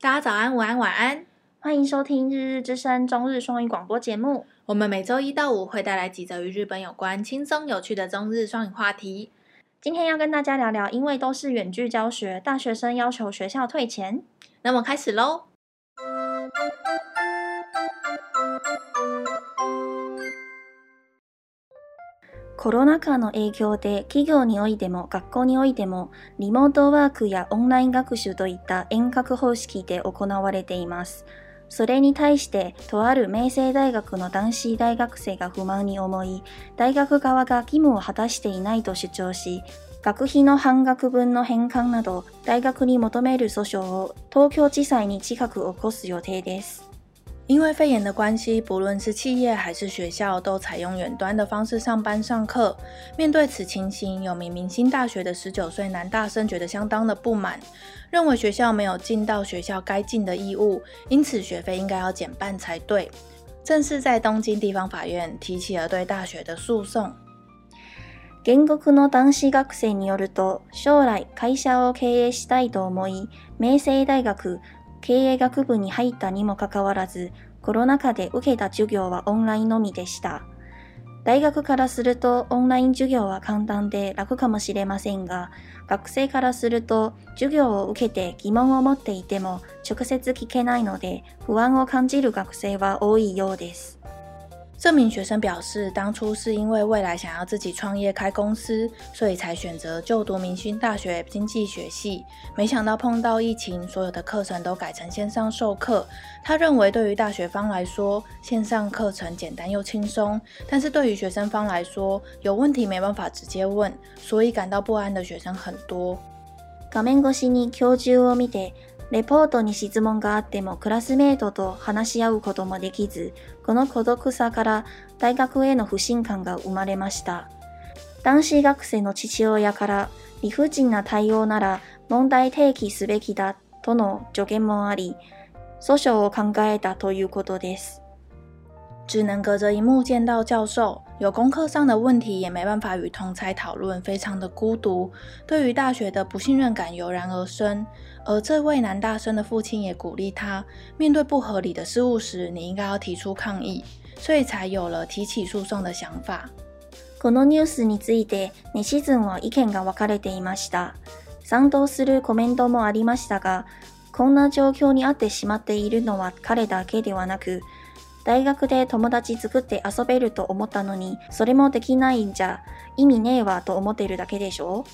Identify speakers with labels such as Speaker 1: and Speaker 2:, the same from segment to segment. Speaker 1: 大家早安、午安、晚安。
Speaker 2: 欢迎收听《日日之声》中日双语广播节目。
Speaker 1: 我们每周一到五会带来几则与日本有关、轻松有趣的中日双语话题。
Speaker 2: 今天要跟大家聊聊，因为都是远距教学，大学生要求学校退钱。
Speaker 1: 那么开始喽。
Speaker 2: コロナ禍の影響で企業においても学校においてもリモートワークやオンライン学習といった遠隔方式で行われています。それに対してとある明星大学の男子大学生が不満に思い、大学側が義務を果たしていないと主張し、学費の半額分の返還など大学に求める訴訟を東京地裁に近く起こす予定です。
Speaker 1: 因为肺炎的关系，不论是企业还是学校，都采用远端的方式上班上课。面对此情形，有名明星大学的十九岁男大生觉得相当的不满，认为学校没有尽到学校该尽的义务，因此学费应该要减半才对。正是在东京地方法院提起了对大学的诉讼。
Speaker 2: 原告の男子学生によると、将来会社を経営したいと思い、明星大学経営学部に入ったにもかかわらず、コロナ禍で受けた授業はオンラインのみでした。大学からするとオンライン授業は簡単で楽かもしれませんが、学生からすると授業を受けて疑問を持っていても直接聞けないので不安を感じる学生は多いようです。
Speaker 1: 这名学生表示，当初是因为未来想要自己创业开公司，所以才选择就读明星大学经济学系。没想到碰到疫情，所有的课程都改成线上授课。他认为，对于大学方来说，线上课程简单又轻松；但是对于学生方来说，有问题没办法直接问，所以感到不安的学生很多。
Speaker 2: 画面越しに教授を見て。レポートに質問があってもクラスメートと話し合うこともできず、この孤独さから大学への不信感が生まれました。男子学生の父親から理不尽な対応なら問題提起すべきだとの助言もあり、訴訟を考えたということです。
Speaker 1: 只能隔着一幕见到教授，有功课上的问题也没办法与同才讨论，非常的孤独。对于大学的不信任感油然而生。而这位男大生的父亲也鼓励他，面对不合理的事物时，你应该要提出抗议，所以才有了提起诉讼的想法。
Speaker 2: このニュースについて2シーズンは意見が分かれていました。賛同するコメントもありましたが、こんな状況にあってしまっているのは彼だけではなく。大学で友達作って遊べると思ったのに、それもできないんじゃ意味ねえわと思ってるだけでしょ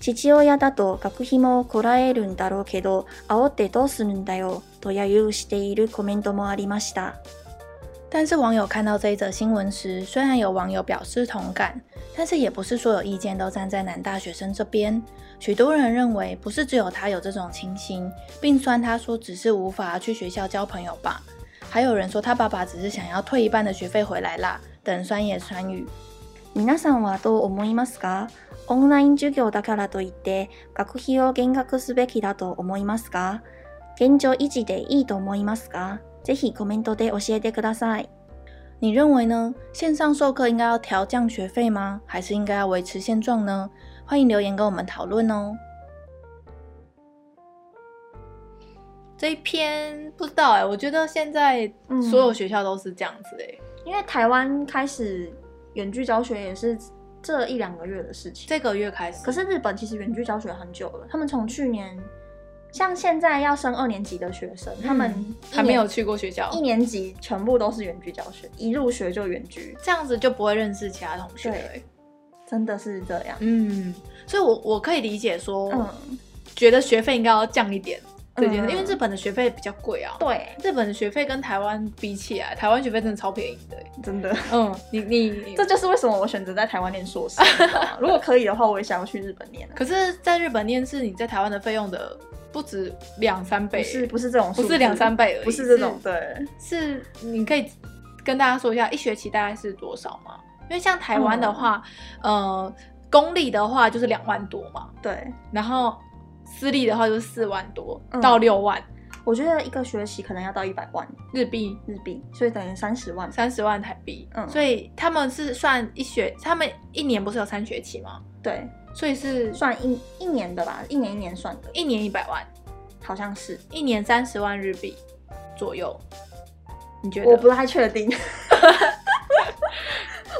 Speaker 2: 父親だと学費もこらえるんだろうけど、煽ってどうするんだよと揶揄しているコメントもありました。
Speaker 1: 但是网友看到这一则新闻时，虽然有网友表示同感，但是也不是所有意见都站在男大学生这边。许多人认为，不是只有他有这种情形，并酸他说只是无法去学校交朋友吧。还有人说他爸爸只是想要退一半的学费回来啦，等酸言酸语。
Speaker 2: 皆さんはどう思いますか？オンライン授業だからといって学費を減額すべきだと思いますか？現状維持でいいと思いますか？ぜひコメントで教えてください。
Speaker 1: 你认为呢？线上授课应该要调降学费吗？还是应该要维持现状呢？欢迎留言跟我们讨论哦。这一篇不知道哎、欸，我觉得现在所有学校都是这样子哎、欸
Speaker 3: 嗯，因为台湾开始远距教学也是这一两个月的事情，
Speaker 1: 这个月开始。
Speaker 3: 可是日本其实远距教学很久了，他们从去年，像现在要升二年级的学生，他们、嗯、
Speaker 1: 还没有去过学校，
Speaker 3: 一年级全部都是远距教学，一入学就远距，
Speaker 1: 这样子就不会认识其他同学、欸，
Speaker 3: 真的是这样。
Speaker 1: 嗯，所以我我可以理解说，嗯、觉得学费应该要降一点。这件事，因为日本的学费比较贵啊。
Speaker 3: 对，
Speaker 1: 日本的学费跟台湾比起来，台湾学费真的超便宜的、欸，
Speaker 3: 真的。
Speaker 1: 嗯，你 你，
Speaker 3: 这就是为什么我选择在台湾念硕士。 如果可以的话，我也想要去日本念、啊。
Speaker 1: 可是，在日本念是你在台湾的费用的不止两三倍、欸，
Speaker 3: 是不是这种？
Speaker 1: 不是两三倍而已，
Speaker 3: 不是这种。对，
Speaker 1: 是你可以跟大家说一下一学期大概是多少吗？因为像台湾的话，嗯、呃，公立的话就是两万多嘛。
Speaker 3: 对，
Speaker 1: 然后。私立的话就是四万多、嗯、到六万，
Speaker 3: 我觉得一个学期可能要到一百万
Speaker 1: 日币，
Speaker 3: 日币，所以等于三十万，
Speaker 1: 三十万台币。嗯，所以他们是算一学，他们一年不是有三学期吗？
Speaker 3: 对，
Speaker 1: 所以是
Speaker 3: 算一一年的吧，一年一年算的，
Speaker 1: 一年一百万。
Speaker 2: 好像是，
Speaker 1: 一年三十万日币左右，你觉得？
Speaker 2: 我不太 确定，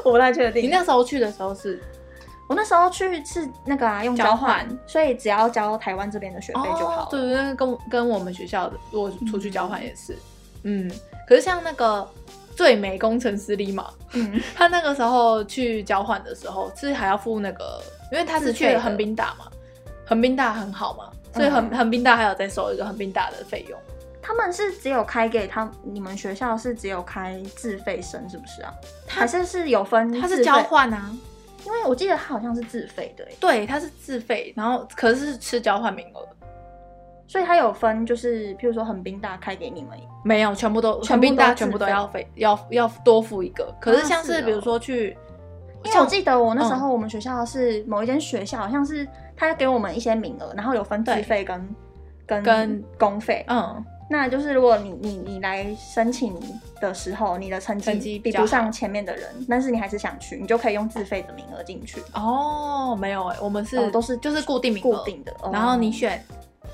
Speaker 2: 我不太确
Speaker 1: 你
Speaker 2: 定。
Speaker 1: 那时候去的时候是
Speaker 2: 我那时候去是那个啊，用
Speaker 1: 交
Speaker 2: 交
Speaker 1: 换
Speaker 2: 换，所以只要交台湾这边的学费就好了。
Speaker 1: 哦对对，对跟我跟我们学校的，如果出去交换也是，嗯可是像那个最美工程师里嘛，
Speaker 2: 嗯，
Speaker 1: 他那个时候去交换的时候是还要付那个，因为他是去
Speaker 2: 自费
Speaker 1: 了
Speaker 2: 的
Speaker 1: 横滨大嘛，横滨大很好嘛，所以横
Speaker 2: 嗯
Speaker 1: 横滨大还有再收一个横滨大的费用。
Speaker 2: 他们是只有开给他你们学校是只有开自费生是不是啊？还是是有分？
Speaker 1: 他是交，换啊，
Speaker 2: 因为我记得他好像是自费的耶，
Speaker 1: 对，他是自费，然后可是是吃交换名额，
Speaker 2: 所以他有分，就是譬如说横滨大开给你们，
Speaker 1: 没有，全部都
Speaker 2: 全
Speaker 1: 横
Speaker 2: 部都
Speaker 1: 滨大
Speaker 2: 自费
Speaker 1: 全部都要费，要要多付一个。可是像
Speaker 2: 啊是
Speaker 1: 是
Speaker 2: 哦
Speaker 1: 比如说去，
Speaker 2: 因为
Speaker 1: 像嗯
Speaker 2: 我记得我那时候我们学校是某一间学校，好像是他给我们一些名额，然后有分自费跟跟
Speaker 1: 跟
Speaker 2: 公费。
Speaker 1: 嗯，
Speaker 2: 那就是如果你你你来申请的时候，你的成
Speaker 1: 成绩
Speaker 2: 绩
Speaker 1: 比
Speaker 2: 比
Speaker 1: 较好
Speaker 2: 不上前面的人，但是你还是想去，你就可以用自费的名额进去，
Speaker 1: 哦，没有哎、我们是、
Speaker 2: 哦都是
Speaker 1: 就是固定名额
Speaker 2: 固，定的。哦
Speaker 1: 然后你选。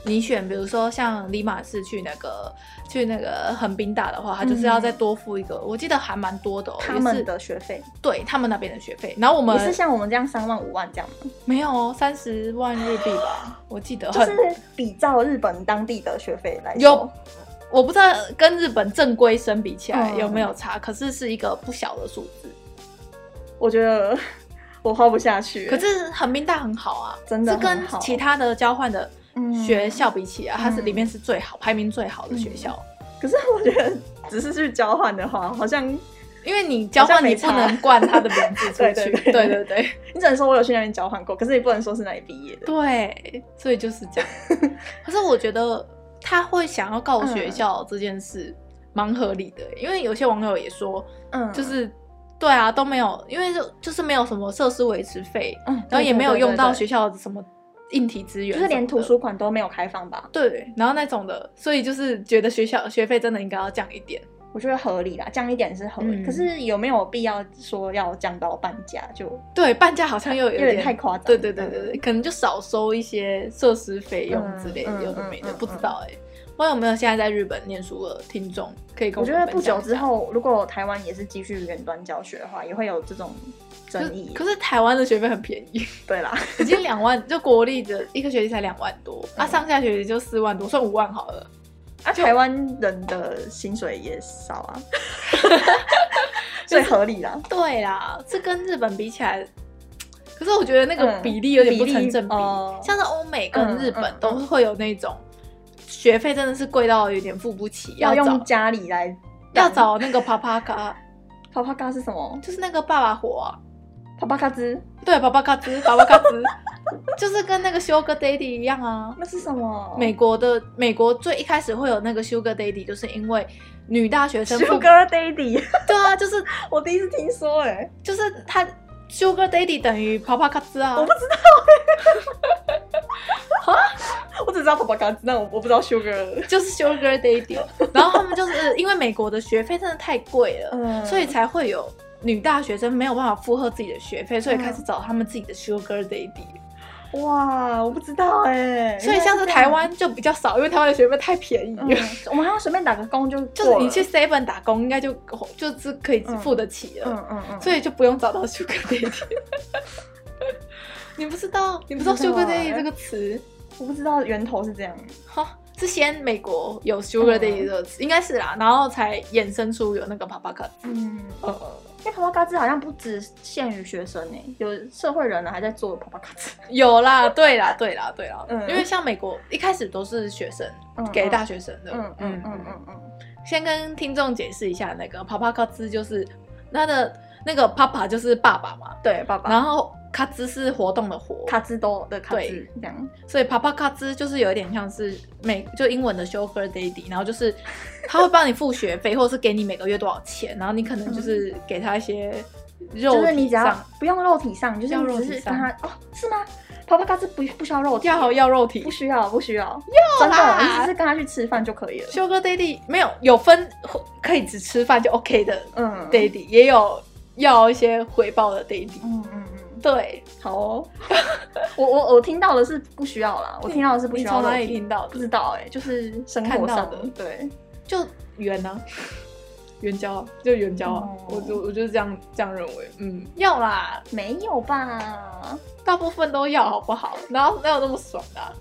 Speaker 1: 你选，比如说像李马是去那个去那个横滨大的话，他就是要再多付一个，我记得还蛮多的、哦，
Speaker 2: 他
Speaker 1: 也是
Speaker 2: 们的学费
Speaker 1: 对他们那边的学费。然后我们
Speaker 2: 也是像我们这样三万五万这样吗？
Speaker 1: 没有哦三十万日币吧，我记得
Speaker 2: 就
Speaker 1: 很、
Speaker 2: 是比照日本当地的学费来说
Speaker 1: 有，我不知道跟日本正规生比起来
Speaker 2: 嗯
Speaker 1: 有没有差，可是是一个不小的数字。
Speaker 2: 我觉得我花不下去。
Speaker 1: 可是横滨大很好啊，
Speaker 2: 真的
Speaker 1: 是跟
Speaker 2: 很好
Speaker 1: 其他的交换的
Speaker 2: 嗯
Speaker 1: 学校比起啊，它是
Speaker 2: 嗯
Speaker 1: 里面是最好、排名最好的学校，
Speaker 2: 可是我觉得只是去交换的话，好像
Speaker 1: 因为你交换你不能冠它的名字出
Speaker 2: 嗯 对
Speaker 1: 去，
Speaker 2: 对对
Speaker 1: 对对对
Speaker 2: 你只能说我有去那边交换过，可是你不能说是哪里毕业的。
Speaker 1: 对，所以就是这样。 可是我觉得他会想要告学校这件事蛮合理的，因为有些网友也说，
Speaker 2: 嗯
Speaker 1: 就是、对啊都没有，因为就就是没有什么设施维持费，
Speaker 2: 嗯，
Speaker 1: 然后也没有用到学
Speaker 2: 学，
Speaker 1: 校的什么硬体资源
Speaker 2: 就
Speaker 1: 什么
Speaker 2: 是
Speaker 1: 的，
Speaker 2: 连图书馆都没有开放吧？
Speaker 1: 对，然后那种的，所以就是觉得学校学费真的应该要降一点。
Speaker 2: 我觉得合理啦，降一点是合理。
Speaker 1: 嗯
Speaker 2: 可是有没有必要说要降到半价？就
Speaker 1: 对，半价好像又有
Speaker 2: 有
Speaker 1: 点
Speaker 2: 点太夸张。
Speaker 1: 对对对对对，可能就少收一些设施费用之类的，
Speaker 2: 嗯嗯
Speaker 1: 有的没的，
Speaker 2: 嗯嗯
Speaker 1: 不知道哎、不知道有没有现在在日本念书的听众可以跟
Speaker 2: 我
Speaker 1: 我
Speaker 2: 觉
Speaker 1: 们
Speaker 2: 得
Speaker 1: 分
Speaker 2: 不
Speaker 1: 享
Speaker 2: 久
Speaker 1: 一
Speaker 2: 之
Speaker 1: 下
Speaker 2: 后，如果台湾也是继续远端教学的话，也会有这种争议。
Speaker 1: 可是可是啊台湾的学费很便宜，
Speaker 2: 对啦，
Speaker 1: 已经两万，就国立的一个学期才两万 多，啊，
Speaker 2: 嗯
Speaker 1: 上下学期就四万多，算五万好了。
Speaker 2: 啊，台湾人的薪水也少 啊，所以合理啦。
Speaker 1: 对啦，这跟日本比起来，可是我觉得那个
Speaker 2: 嗯
Speaker 1: 比例有点不
Speaker 2: 比
Speaker 1: 成
Speaker 2: 例
Speaker 1: 正比，
Speaker 2: 哦
Speaker 1: 像是欧美跟日本
Speaker 2: 嗯嗯
Speaker 1: 都会有那种。学费真的是贵到有点付不起，
Speaker 2: 要
Speaker 1: 找
Speaker 2: 用家里来
Speaker 1: 要找那个啪啪卡，
Speaker 2: 啪啪嘎是什么？
Speaker 1: 就是那个爸爸火、啊，
Speaker 2: 啪啪嘎吱，
Speaker 1: 对，爸爸嘎吱，爸爸嘎吱，就是跟那个 Sugar Daddy 一样啊。
Speaker 2: 那是什么？
Speaker 1: 美国的美国最一开始会有那个 Sugar Daddy，就是因为女大学生付
Speaker 2: Sugar Daddy，
Speaker 1: 对啊，就是
Speaker 2: 我第一次听说哎、
Speaker 1: 就是他 Sugar Daddy 等于啪啪嘎吱啊
Speaker 2: 我。不知道哎、我只知道啪啪嘎吱，但我我不知道 Sugar。
Speaker 1: 就是 Sugar Daddy，然哦后他们就是因为美国的学费真的太贵了，
Speaker 2: 嗯
Speaker 1: 所以才会有女大学生没有办法负荷自己的学费，所以开始找他们自己的 Sugar Daddy。
Speaker 2: 嗯哇，我不知道哎、
Speaker 1: 所以像是台湾就比较少，因为台湾的学费太便宜了。
Speaker 2: 原来是这样，嗯我们好像随便打个工就
Speaker 1: 就
Speaker 2: 过
Speaker 1: 是
Speaker 2: 了
Speaker 1: 你去 Seven 打工，应该就哦就是可以付得起了，
Speaker 2: 嗯嗯嗯，
Speaker 1: 所以就不用找到 Sugar Daddy。你不知道，你不知道
Speaker 2: 不知道
Speaker 1: Sugar
Speaker 2: 欸
Speaker 1: Daddy 这个词？
Speaker 2: 我不知道源头是这样。
Speaker 1: 哈，是先美国有 Sugar
Speaker 2: 嗯
Speaker 1: Daddy 这个词，应该是啦，然后才衍生出有那个 Papa Cut。
Speaker 2: 嗯，
Speaker 1: 呃，
Speaker 2: 因为啪啪嘎吱好像不只限于学生哎、有社会人呢还在做啪啪嘎吱。
Speaker 1: 有啦，对啦，对啦，对啦，
Speaker 2: 嗯
Speaker 1: 因为像美国一开始都是学生
Speaker 2: 嗯
Speaker 1: 给大学生的，
Speaker 2: 嗯嗯嗯嗯嗯，
Speaker 1: 先跟听众解释一下，那个 Papa Cut 就是他的那个 Papa 就是爸爸嘛，
Speaker 2: 对，爸爸。
Speaker 1: 然后 Cut 是活动的活，
Speaker 2: 卡兹多的卡兹
Speaker 1: 对
Speaker 2: 这样，
Speaker 1: 所以 Papa 卡兹就是有一点像是美就英文的 Sugar Daddy，然后就是他会帮你付学费，或者是给你每个月多少钱，然后你可能就是给他一些肉体上，
Speaker 2: 嗯就是你只要不用肉体上，就是
Speaker 1: 要肉
Speaker 2: 你
Speaker 1: 体
Speaker 2: 只是
Speaker 1: 上
Speaker 2: 跟他哦，是吗？啪啪嘎吱不不需要肉体，
Speaker 1: 要要肉体
Speaker 2: 不。需要，不需要，真
Speaker 1: 啦
Speaker 2: 的，你只是跟他去吃饭就可以了。
Speaker 1: Sugar Daddy 没有有分可以只吃饭就 OK 的
Speaker 2: 嗯，，
Speaker 1: Daddy，也有要一些回报的 Daddy。
Speaker 2: 嗯嗯嗯，
Speaker 1: 对，
Speaker 2: 好哦， 我我我听到的是不需要啦，我听到的是不
Speaker 1: 你
Speaker 2: 需要
Speaker 1: 从
Speaker 2: 的。
Speaker 1: 哪里听到
Speaker 2: 不
Speaker 1: 的？
Speaker 2: 知道哎、就是生
Speaker 1: 看
Speaker 2: 活
Speaker 1: 到
Speaker 2: 上
Speaker 1: 的
Speaker 2: 对，
Speaker 1: 就援啊，援交啊，就援交啊，
Speaker 2: 哦
Speaker 1: 我就我就是这样这样认为，嗯，要啦，
Speaker 2: 没有吧？
Speaker 1: 大部分都要好不好？然后哪有那么爽的啊、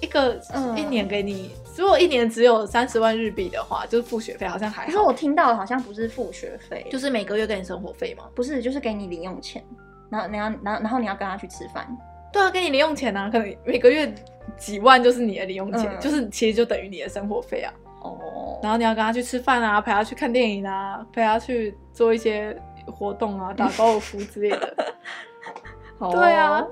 Speaker 1: 一个、
Speaker 2: 嗯
Speaker 1: 一年给你，如果一年只有三十万日币的话，就是付学费好像还
Speaker 2: 可是
Speaker 1: 好，
Speaker 2: 我听到的好像不是付学费，
Speaker 1: 就是每个月给你生活费嘛。
Speaker 2: 不是就是给你零用钱，然后你要然后然后你要跟他去吃饭，
Speaker 1: 对啊，给你零用钱啊，可能每个月几万就是你的零用钱，
Speaker 2: 嗯
Speaker 1: 就是其实就等于你的生活费啊。
Speaker 2: 哦，
Speaker 1: 然后你要跟他去吃饭啊，陪他去看电影啊，陪他去做一些活动 啊，打高尔夫之类的。
Speaker 2: 好哦
Speaker 1: 对啊，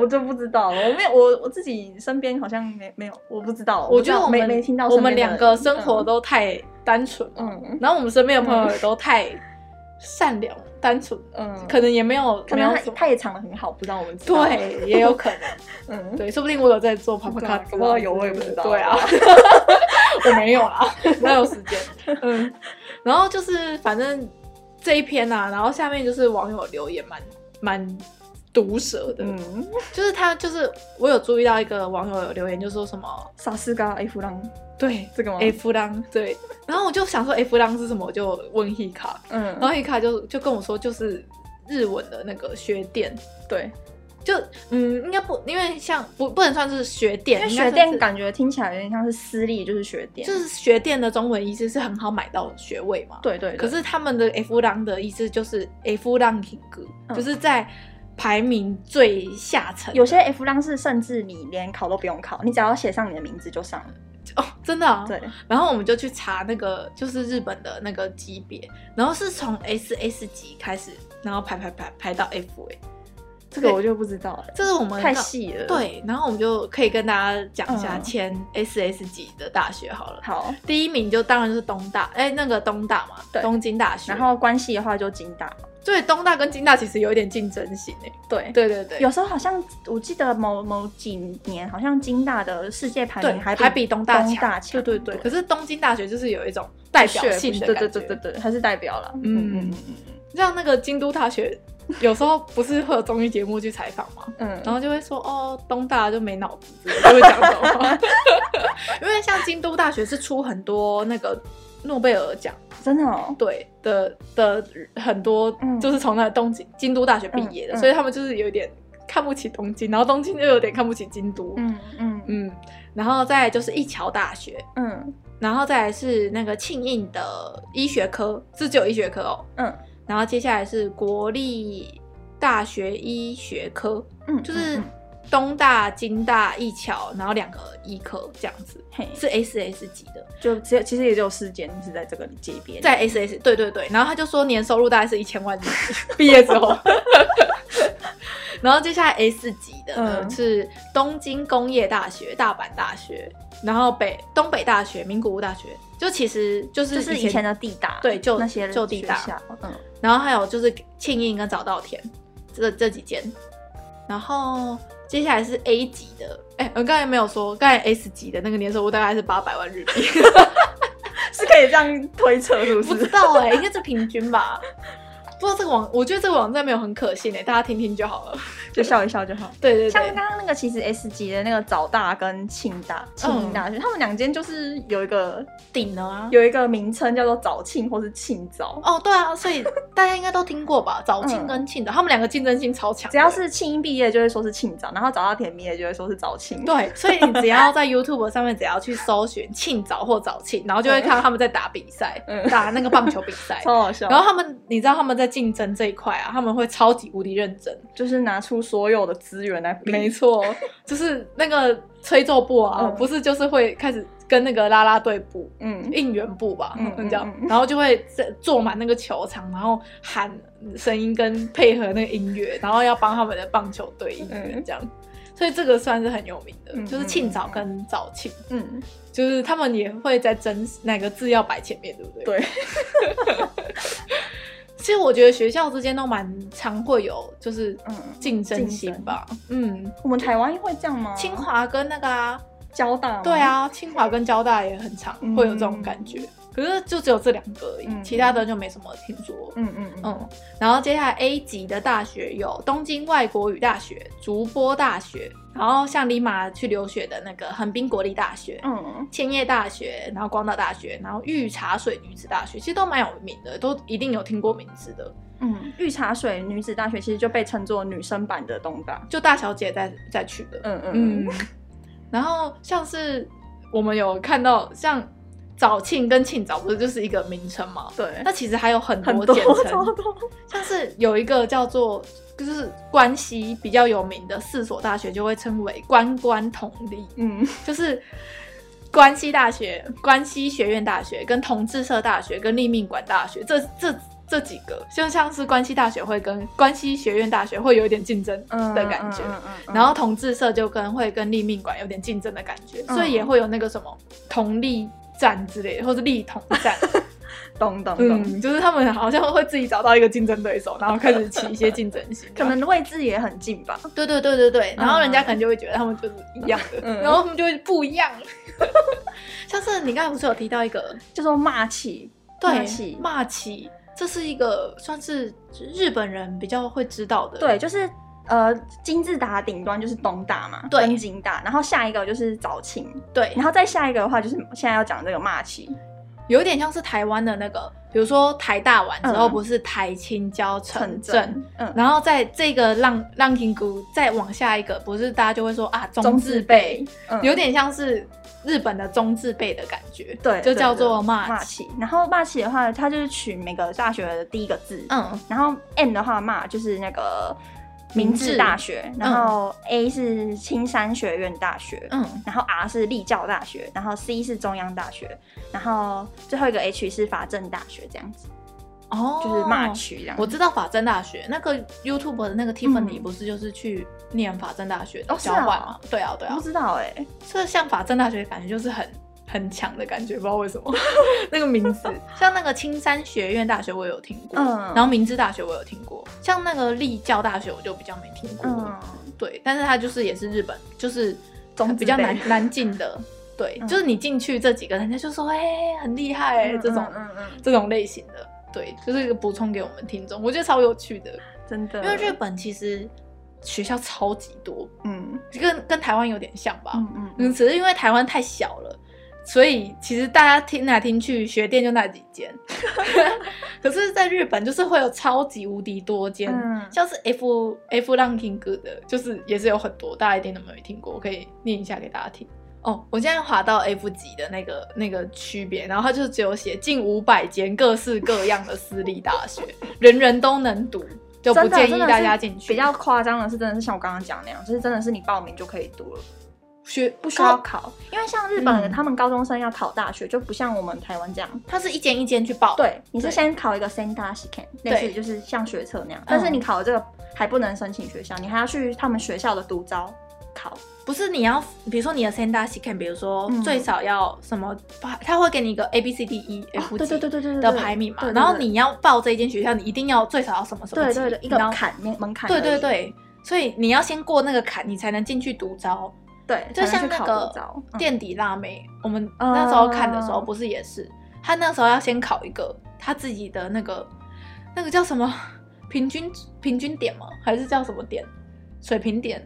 Speaker 2: 我就不知道了，我没有我我自己身边好像没没有，我不知道，
Speaker 1: 我
Speaker 2: 不知
Speaker 1: 觉得
Speaker 2: 道
Speaker 1: 我
Speaker 2: 没
Speaker 1: 们
Speaker 2: 没听到身
Speaker 1: 我
Speaker 2: 边的
Speaker 1: 们
Speaker 2: 人
Speaker 1: 两个生活都太单纯了，
Speaker 2: 嗯嗯
Speaker 1: 然后我们身边的朋友也都太善良、单纯，
Speaker 2: 嗯，
Speaker 1: 可能也没有
Speaker 2: 可
Speaker 1: 没
Speaker 2: 能
Speaker 1: 有
Speaker 2: 他
Speaker 1: 什么
Speaker 2: 他也藏得很好，不知道我们知道
Speaker 1: 对，也有可能，
Speaker 2: 嗯。
Speaker 1: 对，说不定我有在做啪啪
Speaker 2: 对
Speaker 1: 卡
Speaker 2: 啊，搞不好有我也不知道
Speaker 1: 对 啊，我没有啦，哪有时间？嗯，然后就是反正这一篇啊，然后下面就是网友留言蛮蛮毒舌的，
Speaker 2: 嗯，
Speaker 1: 就是他就是我有注意到一个网友有留言，就说什么
Speaker 2: 萨斯嘎 F 浪
Speaker 1: 对。
Speaker 2: 这个吗？
Speaker 1: F 浪对，然后我就想说 F 浪是什么，我就问 Hika，
Speaker 2: 嗯，
Speaker 1: 然后 Hika 就就跟我说就是日文的那个学店，
Speaker 2: 对，
Speaker 1: 就嗯应该不，因为像不不能算是学
Speaker 2: 因
Speaker 1: 店，
Speaker 2: 为
Speaker 1: 应该
Speaker 2: 学
Speaker 1: 算
Speaker 2: 店
Speaker 1: 是
Speaker 2: 感觉听起来有点像是私立，就是学店，
Speaker 1: 就是学店的中文意思是很好买到学位嘛，
Speaker 2: 对对，对
Speaker 1: 可是他们的 F 浪的意思就是 F 浪品格，
Speaker 2: 嗯
Speaker 1: 就是在排名最下层的，
Speaker 2: 有些 F 浪是甚至你连考都不用考，你只要写上你的名字就上了。
Speaker 1: 哦真的啊，
Speaker 2: 对，
Speaker 1: 然后我们就去查那个就是日本的那个级别，然后是从 S S 级开始，然后排排排排到 F 哎、
Speaker 2: 这个我就不知道了，
Speaker 1: 这是我们
Speaker 2: 太
Speaker 1: 到
Speaker 2: 细了。，
Speaker 1: 对，然后我们就可以跟大家讲一下
Speaker 2: 嗯
Speaker 1: 前 S S 级的大学好了。
Speaker 2: 好，
Speaker 1: 第一名就当然就是东大，哎、那个东大嘛，
Speaker 2: 对
Speaker 1: 东京大学。
Speaker 2: 然后关系的话就精打。
Speaker 1: 对东大跟京大其实有一点竞争性哎、
Speaker 2: 对，
Speaker 1: 对对对，
Speaker 2: 有时候好像我记得某某几年，好像京大的世界排
Speaker 1: 对
Speaker 2: 名还
Speaker 1: 还
Speaker 2: 比
Speaker 1: 比东大
Speaker 2: 东
Speaker 1: 强，
Speaker 2: 大强
Speaker 1: 对对对。可
Speaker 2: 是
Speaker 1: 是东京大学就是有一种代表性的感
Speaker 2: 对
Speaker 1: 觉，
Speaker 2: 对对对对，还是代表了。
Speaker 1: 嗯
Speaker 2: 嗯嗯嗯
Speaker 1: 像那个京都大学，有时候不是会有综艺节目去采访吗？
Speaker 2: 嗯，
Speaker 1: 然后就会说哦，东大就没脑子之类的，就会讲这种话。 因为像京都大学是出很多那个诺贝尔奖
Speaker 2: 真的哦，
Speaker 1: 对的的很多，
Speaker 2: 嗯
Speaker 1: 就是从那东京京都大学毕业的，
Speaker 2: 嗯嗯
Speaker 1: 所以他们就是有点看不起东京，然后东京就有点看不起京都。嗯
Speaker 2: 嗯嗯
Speaker 1: 然后再来就是一桥大学，
Speaker 2: 嗯
Speaker 1: 然后再来是那个庆应的医学科，是只有医学科哦。
Speaker 2: 嗯，
Speaker 1: 然后接下来是国立大学医学科，
Speaker 2: 嗯，
Speaker 1: 就是
Speaker 2: 嗯嗯
Speaker 1: 东大、京大、一桥，然后两个医科这样子，
Speaker 2: 嘿，
Speaker 1: 是 SS 级的，
Speaker 2: 就只有其实也只有四间是在这个级别，
Speaker 1: 在 SS 对对对，然后他就说年收入大概是一千万日币， 毕业之后。然后接下来 S 级的呢、
Speaker 2: 嗯
Speaker 1: 是东京工业大学、大阪大学，然后北东北大学、名古屋大学，就其实就是
Speaker 2: 就是以前的地大，
Speaker 1: 对就
Speaker 2: 那些
Speaker 1: 就地大
Speaker 2: 学校嗯
Speaker 1: 然后还有就是庆应跟早稻田这这几间，然后接下来是 A 级的，哎，我刚才没有说，刚才 S 级的那个年收入大概是八百万日币，
Speaker 2: 是可以这样推测，是不
Speaker 1: 不知
Speaker 2: 是？
Speaker 1: 道哎、应该是平均吧。不知道这个网，我觉得这个网站没有很可信哎、大家听听就好了。
Speaker 2: 就笑一笑就好。
Speaker 1: 对对
Speaker 2: 像
Speaker 1: 对
Speaker 2: 刚，刚那个，其实 S 级的那个早大跟庆大、庆应大学，他们两间就是有一个
Speaker 1: 顶了啊。
Speaker 2: 嗯有一个名称叫做早庆或是庆早，
Speaker 1: 哦，对啊，所以大家应该都听过吧？早庆跟庆的，他们两个竞争性超强的。
Speaker 2: 只要是庆应毕业就会说是庆早，然后早稻田毕业就会说是早庆。，
Speaker 1: 对，所以你只要在 YouTube 上面只要去搜寻庆早或早庆，然后就会看到他们在打比赛，
Speaker 2: 嗯
Speaker 1: 打那个棒球比赛。
Speaker 2: 超好笑。
Speaker 1: 然后他们，你知道他们在竞争这一块啊，他们会超级无敌认真。
Speaker 2: 就是拿出所有的资源来比，
Speaker 1: 没错，就是那个吹奏部啊，
Speaker 2: 嗯
Speaker 1: 不是就是会开始跟那个啦啦队部、
Speaker 2: 嗯，
Speaker 1: 应援部吧，
Speaker 2: 嗯
Speaker 1: 他们叫
Speaker 2: 嗯嗯嗯
Speaker 1: 然后就会在坐满那个球场，然后喊声音跟配合那个音乐，然后要帮他们的棒球队应援
Speaker 2: 嗯
Speaker 1: 这样。所以这个算是很有名的，
Speaker 2: 嗯
Speaker 1: 就是庆早跟早庆，
Speaker 2: 嗯，
Speaker 1: 就是他们也会在争哪个字要摆前面，对不对？
Speaker 2: 对。
Speaker 1: 其实我觉得学校之间都蛮常会有就是
Speaker 2: 嗯
Speaker 1: 竞争
Speaker 2: 竞
Speaker 1: 心
Speaker 2: 争哦
Speaker 1: 吧，嗯，
Speaker 2: 我们台湾会这样吗？
Speaker 1: 清华跟那个啊，
Speaker 2: 交大吗
Speaker 1: 对，啊，清华跟交大也很常
Speaker 2: 嗯
Speaker 1: 会有这种感觉，可是就只有这两个而已，
Speaker 2: 嗯
Speaker 1: 其他的就没什么听说。
Speaker 2: 嗯嗯嗯
Speaker 1: 嗯，然后接下来 A 级的大学有东京外国语大学、筑波大学，然后像立马去留学的那个横滨国立大学、
Speaker 2: 嗯
Speaker 1: 千叶大学，然后光岛大学，然后御茶水女子大学，其实都蛮有名的，都一定有听过名字的。
Speaker 2: 嗯，御茶水女子大学其实就被称作女生版的东大。
Speaker 1: 就大小姐再再去的，
Speaker 2: 嗯嗯
Speaker 1: 嗯，然后像是我们有看到像早庆跟庆早，不是就是一个名称吗？
Speaker 2: 对
Speaker 1: 那，其实还有很
Speaker 2: 很
Speaker 1: 多
Speaker 2: 多
Speaker 1: 简
Speaker 2: 超
Speaker 1: 称，
Speaker 2: 多
Speaker 1: 像是有一个叫做就是关西比较有名的四所大学，就会称为关关同立，
Speaker 2: 嗯
Speaker 1: 就是关西大学、关西学院大学、跟同志社大学、跟立命馆大学，这这这几个，就像是关西大学会跟关西学院大学会有一点竞争
Speaker 2: 嗯
Speaker 1: 的感觉。
Speaker 2: 嗯嗯嗯嗯
Speaker 1: 然后同志社就跟会跟立命馆有点竞争的感觉，
Speaker 2: 嗯
Speaker 1: 所以也会有那个什么同立站之类的，或是立同 站，
Speaker 2: 懂懂懂，
Speaker 1: 嗯，就是他们好像会自己找到一个竞争对手，然后开始起一些竞争心，
Speaker 2: 可能位置也很近吧。
Speaker 1: 对对对对对，然后人家
Speaker 2: 嗯
Speaker 1: 可能就会觉得他们就是一样的，
Speaker 2: 嗯
Speaker 1: 然后他们就会不一样。 像是你刚才不是有提到一个
Speaker 2: 就说骂气，
Speaker 1: 对
Speaker 2: 骂气
Speaker 1: 骂旗，这是一个算是日本人比较会知道的，
Speaker 2: 对，就是呃金字塔顶端就是东大嘛，
Speaker 1: 对
Speaker 2: 东京大，然后下一个就是早庆，
Speaker 1: 对，
Speaker 2: 然后再下一个的话就是现在要讲的这个骂气，
Speaker 1: 有一点像是台湾的那个，比如说台大完之后
Speaker 2: 嗯
Speaker 1: 不是台青交城镇，
Speaker 2: 镇，嗯，
Speaker 1: 然后在这个浪浪金谷再往下一个，不是大家就会说啊中字辈，
Speaker 2: 嗯
Speaker 1: 有点像是日本的中字辈的感觉，
Speaker 2: 对，
Speaker 1: 就叫做
Speaker 2: 骂
Speaker 1: 骂
Speaker 2: 气。然后骂气的话，它就是取每个大学的第一个字，
Speaker 1: 嗯
Speaker 2: 然后 M 的话骂就是那个明
Speaker 1: 明
Speaker 2: 治
Speaker 1: 治
Speaker 2: 大学，然后 A 是青山学院大学。
Speaker 1: 嗯，
Speaker 2: 然后 R 是立教大学，然后 C 是中央大学，然后最后一个 H 是法政大学，这样子、
Speaker 1: 哦，
Speaker 2: 就是骂。区这样。
Speaker 1: 我知道法政大学那个 YouTube 的那个 Tiffany
Speaker 2: 嗯
Speaker 1: 不是就是去念法政大学的
Speaker 2: 哦是
Speaker 1: 交
Speaker 2: 啊
Speaker 1: 换吗？对啊，对
Speaker 2: 我
Speaker 1: 啊
Speaker 2: 不，知道哎、
Speaker 1: 这像法政大学感觉就是很很强的感觉，不知道为什 么那个名字， 像那个青山学院大学我有听过，
Speaker 2: 嗯
Speaker 1: 然后明治大学我有听过，像那个立教大学我就比较没听过，
Speaker 2: 嗯，
Speaker 1: 对，但是它就是也是日本，就是
Speaker 2: 中字辈
Speaker 1: 比较难难进 的，对，
Speaker 2: 嗯
Speaker 1: 就是你进去这几个，人家就说哎、很厉害、
Speaker 2: 嗯
Speaker 1: 这种、
Speaker 2: 嗯嗯
Speaker 1: 这种类型的，对，就是一个补充给我们听众，我觉得超有趣的，
Speaker 2: 嗯，真的，
Speaker 1: 因为日本其实学校超级多，
Speaker 2: 嗯
Speaker 1: 跟跟台湾有点像吧，
Speaker 2: 嗯嗯
Speaker 1: 嗯，
Speaker 2: 嗯
Speaker 1: 只是因为台湾太小了，所以其实大家听来听去，学店就那几间。 可是，在日本就是会有超级无敌多间，
Speaker 2: 嗯
Speaker 1: 像是 F F ranking 的，就是也是有很多，大家一定都没有听过，我可以念一下给大家听。哦，我现在滑到 F 级的那个那个区别，然后它就只有写近五百间各式各样的私立大学，人人都能读，就不
Speaker 2: 真的
Speaker 1: 建议
Speaker 2: 真的
Speaker 1: 大家
Speaker 2: 是
Speaker 1: 进去。
Speaker 2: 比较夸张的是，真的是像我刚刚讲那样，就是真的是你报名就可以读了，
Speaker 1: 学
Speaker 2: 不需要
Speaker 1: 高
Speaker 2: 考。因为像日本
Speaker 1: 嗯
Speaker 2: 人，他们高中生要考大学，就不像我们台湾这样。
Speaker 1: 它是一间一间去报，
Speaker 2: 对，你是
Speaker 1: 对
Speaker 2: 先考一个 Senta Shikan，
Speaker 1: 对
Speaker 2: 类似就是像学测那样，但是你考了这个还不能申请学校，你还要去他们学校的独招考。
Speaker 1: 不是你要，比如说你的 senda s i can，比如说
Speaker 2: 嗯
Speaker 1: 最少要什么，他会给你一个 A B C D E F
Speaker 2: 哦对对对
Speaker 1: 级
Speaker 2: 对对
Speaker 1: 的排名嘛，
Speaker 2: 对对对
Speaker 1: 然后你要报这一间学校，你一定要最少要什么什么
Speaker 2: 对
Speaker 1: 级，
Speaker 2: 对对一
Speaker 1: 然
Speaker 2: 个
Speaker 1: 后，
Speaker 2: 坎门门槛而
Speaker 1: 对对
Speaker 2: 已。
Speaker 1: 对，所以你要先过那个坎，你才能进去独招，
Speaker 2: 对，
Speaker 1: 就像
Speaker 2: 才
Speaker 1: 那
Speaker 2: 能去考独
Speaker 1: 个
Speaker 2: 招
Speaker 1: 垫底辣妹，我们
Speaker 2: 嗯
Speaker 1: 那时候看的时候不是也是，她那时候要先考一个她自己的那个那个叫什么平均平均点吗？还是叫什么点水平点？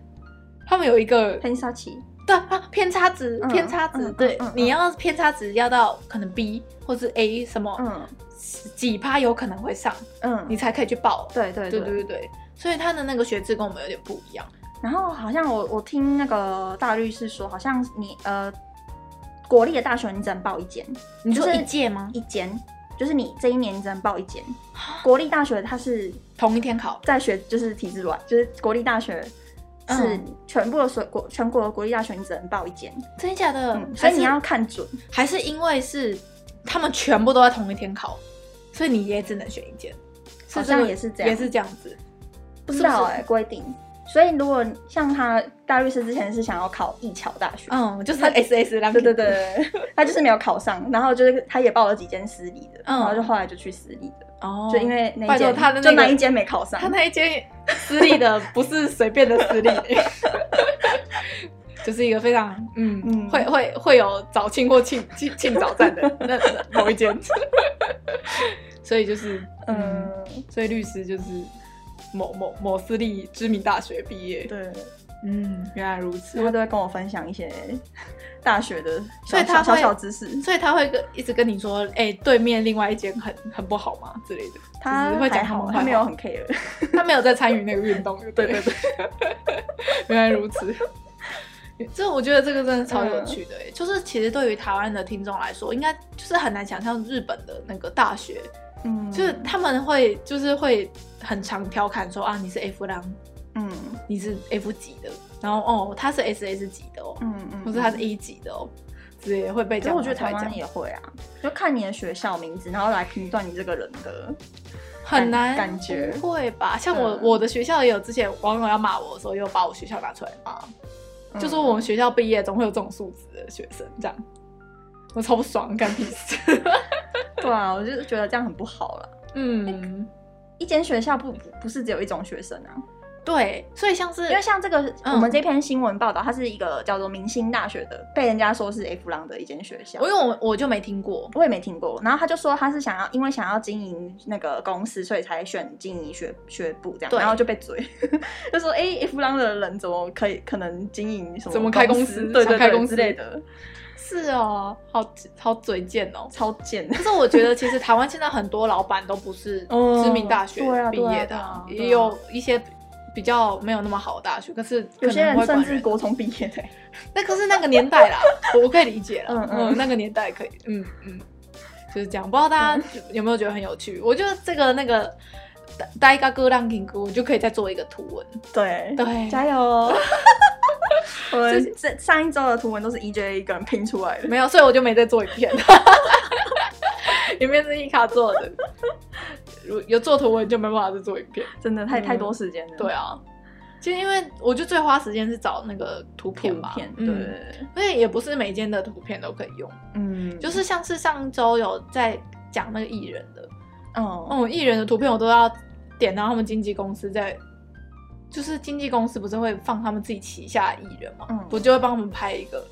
Speaker 1: 他们有一个
Speaker 2: 喷沙奇，
Speaker 1: 对啊，偏差值
Speaker 2: 嗯，
Speaker 1: 偏差值，
Speaker 2: 嗯
Speaker 1: 对，
Speaker 2: 嗯嗯
Speaker 1: 你要偏差值要到可能 B 或是 A 什么、
Speaker 2: 嗯
Speaker 1: 几趴有可能会上，
Speaker 2: 嗯，
Speaker 1: 你才可以去报。
Speaker 2: 对对
Speaker 1: 对对对对，所以他的那个学制跟我们有点不一样。
Speaker 2: 然后好像我我听那个大律师说，好像你呃，国立的大学你只能报一间，
Speaker 1: 你
Speaker 2: 就
Speaker 1: 说
Speaker 2: 是
Speaker 1: 一届吗？
Speaker 2: 一间就是你这一年你只能报一间。国立大学它是
Speaker 1: 同一天考？
Speaker 2: 在学就是体制外，就是国立大学是
Speaker 1: 嗯
Speaker 2: 全部的所国全国的国立大学你只能报一间，
Speaker 1: 真的假的？
Speaker 2: 嗯，所
Speaker 1: 还
Speaker 2: 以
Speaker 1: 是
Speaker 2: 你要看准。
Speaker 1: 还是因为是他们全部都在同一天考，所以你也只能选一间。
Speaker 2: 好
Speaker 1: 是
Speaker 2: 像
Speaker 1: 这个
Speaker 2: 也是这样
Speaker 1: 也是这样子。
Speaker 2: 不知道
Speaker 1: 是不是
Speaker 2: 哎、规定。所以如果像他大律师之前是想要考艺侨大学，
Speaker 1: 嗯，就是 S S 让
Speaker 2: 对对对，对对他就是没有考上，然后就是他也报了几间私立的，
Speaker 1: 嗯
Speaker 2: 然后就后来就去私立的。
Speaker 1: 哦，
Speaker 2: 就因为那一
Speaker 1: 拜托
Speaker 2: 间，
Speaker 1: 他的那
Speaker 2: 就
Speaker 1: 个
Speaker 2: 那一间没考 上
Speaker 1: 他。那一间私立的不是随便的私立，就是一个非常嗯，
Speaker 2: 嗯
Speaker 1: 会会会有早庆或庆庆庆早站的那那某一 间，所以就是嗯，
Speaker 2: 嗯，
Speaker 1: 所以律师就是某某某私立知名大学毕业，
Speaker 2: 对，
Speaker 1: 嗯，原来如此
Speaker 2: 他，们都会跟我分享一些大学的小
Speaker 1: 所以他
Speaker 2: 小小
Speaker 1: 会
Speaker 2: 小知识。
Speaker 1: 嗯所以他会跟一直跟你说，哎、对面另外一间很很不好嘛之类的，
Speaker 2: 他
Speaker 1: 就是会
Speaker 2: 还
Speaker 1: 讲好
Speaker 2: 好，
Speaker 1: 话
Speaker 2: 他没有很 care。
Speaker 1: 他没有在参与那个运动，对
Speaker 2: 对
Speaker 1: 对， 原来如此。 这我觉得这个真的超有趣的、欸，就是其实对于台湾的听众来说，应该就是很难想象日本的那个大学，
Speaker 2: 嗯，
Speaker 1: 就是他们会就是会很常调侃说啊，你是 F 郎，
Speaker 2: 嗯
Speaker 1: 你是 F 级的，然后哦他是 SS 级的哦，
Speaker 2: 嗯嗯，
Speaker 1: 或是他是 A 级的哦，之类的会被这
Speaker 2: 可是
Speaker 1: 样
Speaker 2: 我觉得
Speaker 1: 拿
Speaker 2: 台
Speaker 1: 出来
Speaker 2: 湾
Speaker 1: 讲
Speaker 2: 也会啊，就看你的学校名字，然后来评断你这个人的。
Speaker 1: 很难
Speaker 2: 感觉
Speaker 1: 不会吧？像我、
Speaker 2: 嗯
Speaker 1: 我的学校也有之前网友要骂我的时候，也有把我学校拿出来骂。
Speaker 2: 嗯
Speaker 1: 就说我们学校毕业总会有这种素质的学生，这样我超不爽，干屁 事。
Speaker 2: 对啊，我就是觉得这样很不好了。
Speaker 1: 嗯，
Speaker 2: 一间学校不不不是只有一种学生啊，
Speaker 1: 对，所以像是
Speaker 2: 因为像这个、
Speaker 1: 嗯
Speaker 2: 我们这篇新闻报道，它是一个叫做明星大学的，被人家说是 F 郎的一间学校
Speaker 1: 我。因为我我就没听过，
Speaker 2: 我也没听过，然后他就说他是想要，因为想要经营那个公司，所以才选经营学学部这样，
Speaker 1: 对
Speaker 2: 然后就被嘴， 就说哎、f 郎的人怎么可以可能经营什么
Speaker 1: 怎么开
Speaker 2: 公
Speaker 1: 公司
Speaker 2: 对
Speaker 1: 想
Speaker 2: 对
Speaker 1: 开
Speaker 2: 对
Speaker 1: 公司
Speaker 2: 之类的，
Speaker 1: 是哦，好好嘴贱哦。
Speaker 2: 超 贱。
Speaker 1: 可是我觉得其实台湾现在很多老板都不是
Speaker 2: 哦
Speaker 1: 知名大学
Speaker 2: 对啊
Speaker 1: 毕
Speaker 2: 对啊
Speaker 1: 业的
Speaker 2: 对啊
Speaker 1: 啊，
Speaker 2: 对啊
Speaker 1: 也有一些比较没有那么好的大学，可是可
Speaker 2: 有
Speaker 1: 能
Speaker 2: 些人
Speaker 1: 会管
Speaker 2: 甚至国中毕业的、
Speaker 1: 那可是那个年 代啦，我我可以理解啦，
Speaker 2: 嗯
Speaker 1: 嗯
Speaker 2: 嗯
Speaker 1: 那个年代可以，嗯嗯，就是这样。不知道大家
Speaker 2: 嗯
Speaker 1: 有没有觉得很有趣？我觉得这个那个大一个歌浪听歌，我就可以再做一个图文。
Speaker 2: 对
Speaker 1: 对，
Speaker 2: 加油 哦！我们这上一周的图文都是 EJ 一个人拼 出来的。
Speaker 1: 没有，所以我就没再做影 片。影片是一卡做的，如有做图文就没办法再做影片。
Speaker 2: 真的太
Speaker 1: 嗯
Speaker 2: 太多时间了。
Speaker 1: 对，啊，其实因为我就最花时间是找那个图
Speaker 2: 图
Speaker 1: 片吧，
Speaker 2: 片对，
Speaker 1: 嗯，所以也不是每间的图片都可以用，
Speaker 2: 嗯，
Speaker 1: 就是是像是上周有在讲那个艺人的。
Speaker 2: 哦，
Speaker 1: 嗯，艺人的图片我都要点到他们经纪公司在，就是经纪公司不是会放他们自己旗下的艺人嘛，
Speaker 2: 嗯
Speaker 1: 我就会帮他们拍一个，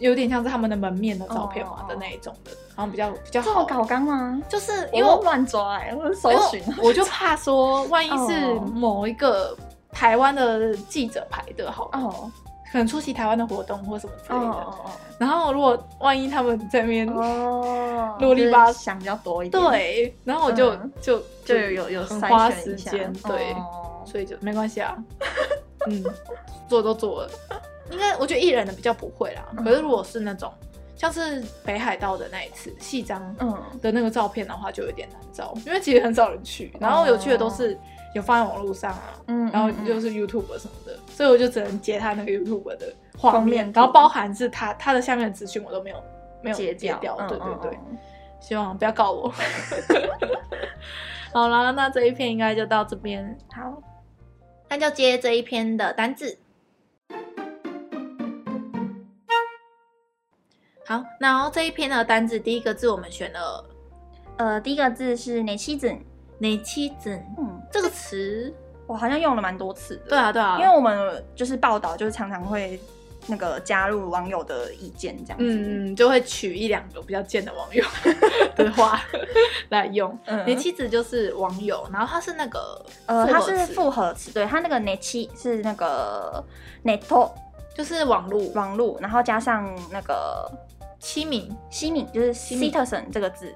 Speaker 1: 有点像是他们的门面的照片嘛、啊
Speaker 2: 哦
Speaker 1: 的那一种的，然后比较比较
Speaker 2: 这
Speaker 1: 好
Speaker 2: 么搞纲吗？
Speaker 1: 就是因为
Speaker 2: 因为我
Speaker 1: 我
Speaker 2: 乱抓哎，我是搜寻
Speaker 1: 因为我就怕说万一是
Speaker 2: 哦
Speaker 1: 某一个台湾的记者拍的好了，
Speaker 2: 哦
Speaker 1: 可能出席台湾的活动或什么之
Speaker 2: 哦
Speaker 1: 类的，
Speaker 2: 哦
Speaker 1: 然后如果万一他们这边、
Speaker 2: 哦哦，
Speaker 1: 嗯啰里吧
Speaker 2: 就是想比较多一点，，
Speaker 1: 对，然后我就、
Speaker 2: 嗯
Speaker 1: 就
Speaker 2: 就有有
Speaker 1: 很
Speaker 2: 筛
Speaker 1: 花
Speaker 2: 选
Speaker 1: 时
Speaker 2: 一下
Speaker 1: 间，对。
Speaker 2: 哦
Speaker 1: 所以就没关系啊。嗯，做都做了，应该我觉得艺人的比较不会啦。
Speaker 2: 嗯
Speaker 1: 可是如果是那种像是北海道的那一次戏章
Speaker 2: 嗯
Speaker 1: 的那个照片的话，就有点难照，因为其实很少人去，然后有去的都
Speaker 2: 哦
Speaker 1: 是有放在网络上啊，
Speaker 2: 嗯，
Speaker 1: 然后
Speaker 2: 嗯
Speaker 1: 就。是 YouTube 什么的，所以我就只能截他那个 YouTube 的画
Speaker 2: 封
Speaker 1: 面
Speaker 2: 面，图
Speaker 1: 然后包含是他他的下面的资讯我都没有没有
Speaker 2: 解
Speaker 1: 截
Speaker 2: 掉，
Speaker 1: 掉，
Speaker 2: 嗯
Speaker 1: 对对，对
Speaker 2: 嗯。嗯
Speaker 1: 希望不要告我。 好啦，那这一篇应该就到这边。好，那就接这一篇的单字。好，然后这一篇的单字，第一个字我们选了
Speaker 2: 呃，第一个字是 n e c h i z
Speaker 1: “内妻子
Speaker 2: 嗯，”
Speaker 1: 这个词。
Speaker 2: 我好像用了蛮多次的，
Speaker 1: 对啊，对啊，
Speaker 2: 因为我们就是报道，就是常常会那个加入网友的意见这样子，
Speaker 1: 嗯，嗯就会取一两个比较贱的网 友的话来用。
Speaker 2: 嗯
Speaker 1: 你妻子就是网友，然后他是那个
Speaker 2: 呃，
Speaker 1: 复
Speaker 2: 它
Speaker 1: 合
Speaker 2: 是
Speaker 1: 词
Speaker 2: 复合词，对，它那个 net 是那个 net
Speaker 1: 就是网络
Speaker 2: 网路，然后加上那个
Speaker 1: 七名，
Speaker 2: 西敏，就是
Speaker 1: 敏
Speaker 2: citizen 这个字，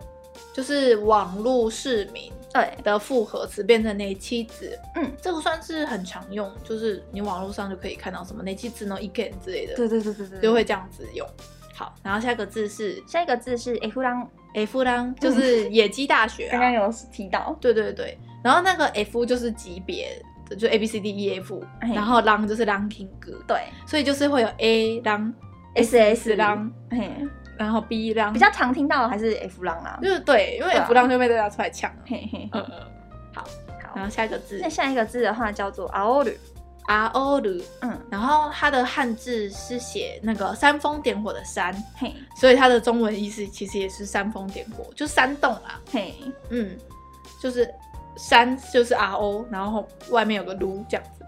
Speaker 1: 就是网络市民
Speaker 2: 对，
Speaker 1: 的复合词变成内妻子，
Speaker 2: 嗯，
Speaker 1: 这个算是很常用，就是你网络上就可以看到什么内妻子呢、一 g 之类的，
Speaker 2: 对对对对
Speaker 1: 就会这样子用。好，然后下一个字是
Speaker 2: 下一个字是 f 浪，
Speaker 1: F 当，
Speaker 2: 嗯
Speaker 1: 就是野鸡大学、
Speaker 2: 刚
Speaker 1: 啊，
Speaker 2: 刚有提到，
Speaker 1: 对对对，然后那个 F 就是级别。就 A B C D E F，
Speaker 2: 哎
Speaker 1: 然后 lang 就是 ranking 歌，
Speaker 2: 对
Speaker 1: 所以就是会有 A lang、
Speaker 2: ，ss
Speaker 1: 浪，
Speaker 2: 嘿，
Speaker 1: 然后 B lang，
Speaker 2: 比较常听到的还是 f 浪啦，
Speaker 1: 就是对，因为
Speaker 2: 对啊
Speaker 1: F lang 就被大家出来抢了。
Speaker 2: 嘿嘿，
Speaker 1: 嗯嗯，然
Speaker 2: 好
Speaker 1: 后。下一个字
Speaker 2: 那下一个字的话叫做 aoru，
Speaker 1: R O 鲁，
Speaker 2: 嗯，
Speaker 1: 然后它的汉字是写那个煽风点火的煽，
Speaker 2: 嘿
Speaker 1: 所以它的中文意思其实也是煽风点火，就煽动啊，
Speaker 2: 嘿，
Speaker 1: 嗯，就是煽就是 R O，然后外面有个撸这样子，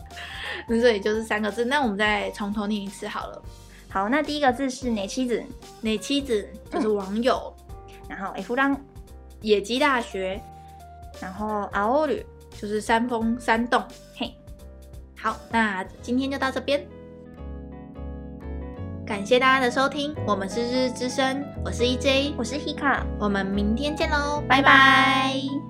Speaker 1: 那这里就是三个字。那我们再从头念一次好了
Speaker 2: 好，那第一个字是哪妻子，
Speaker 1: 哪妻子就是网友，
Speaker 2: 然后 F 浪，
Speaker 1: 野鸡大学
Speaker 2: 然后 a 绿。
Speaker 1: 就是山峰山洞。
Speaker 2: 嘿，
Speaker 1: 好，那今天就到这边，感谢大家的收听，我们是日日之声，我是 EJ，
Speaker 2: 我是 Hika，
Speaker 1: 我们明天见喽，
Speaker 2: 拜
Speaker 1: 拜拜
Speaker 2: 拜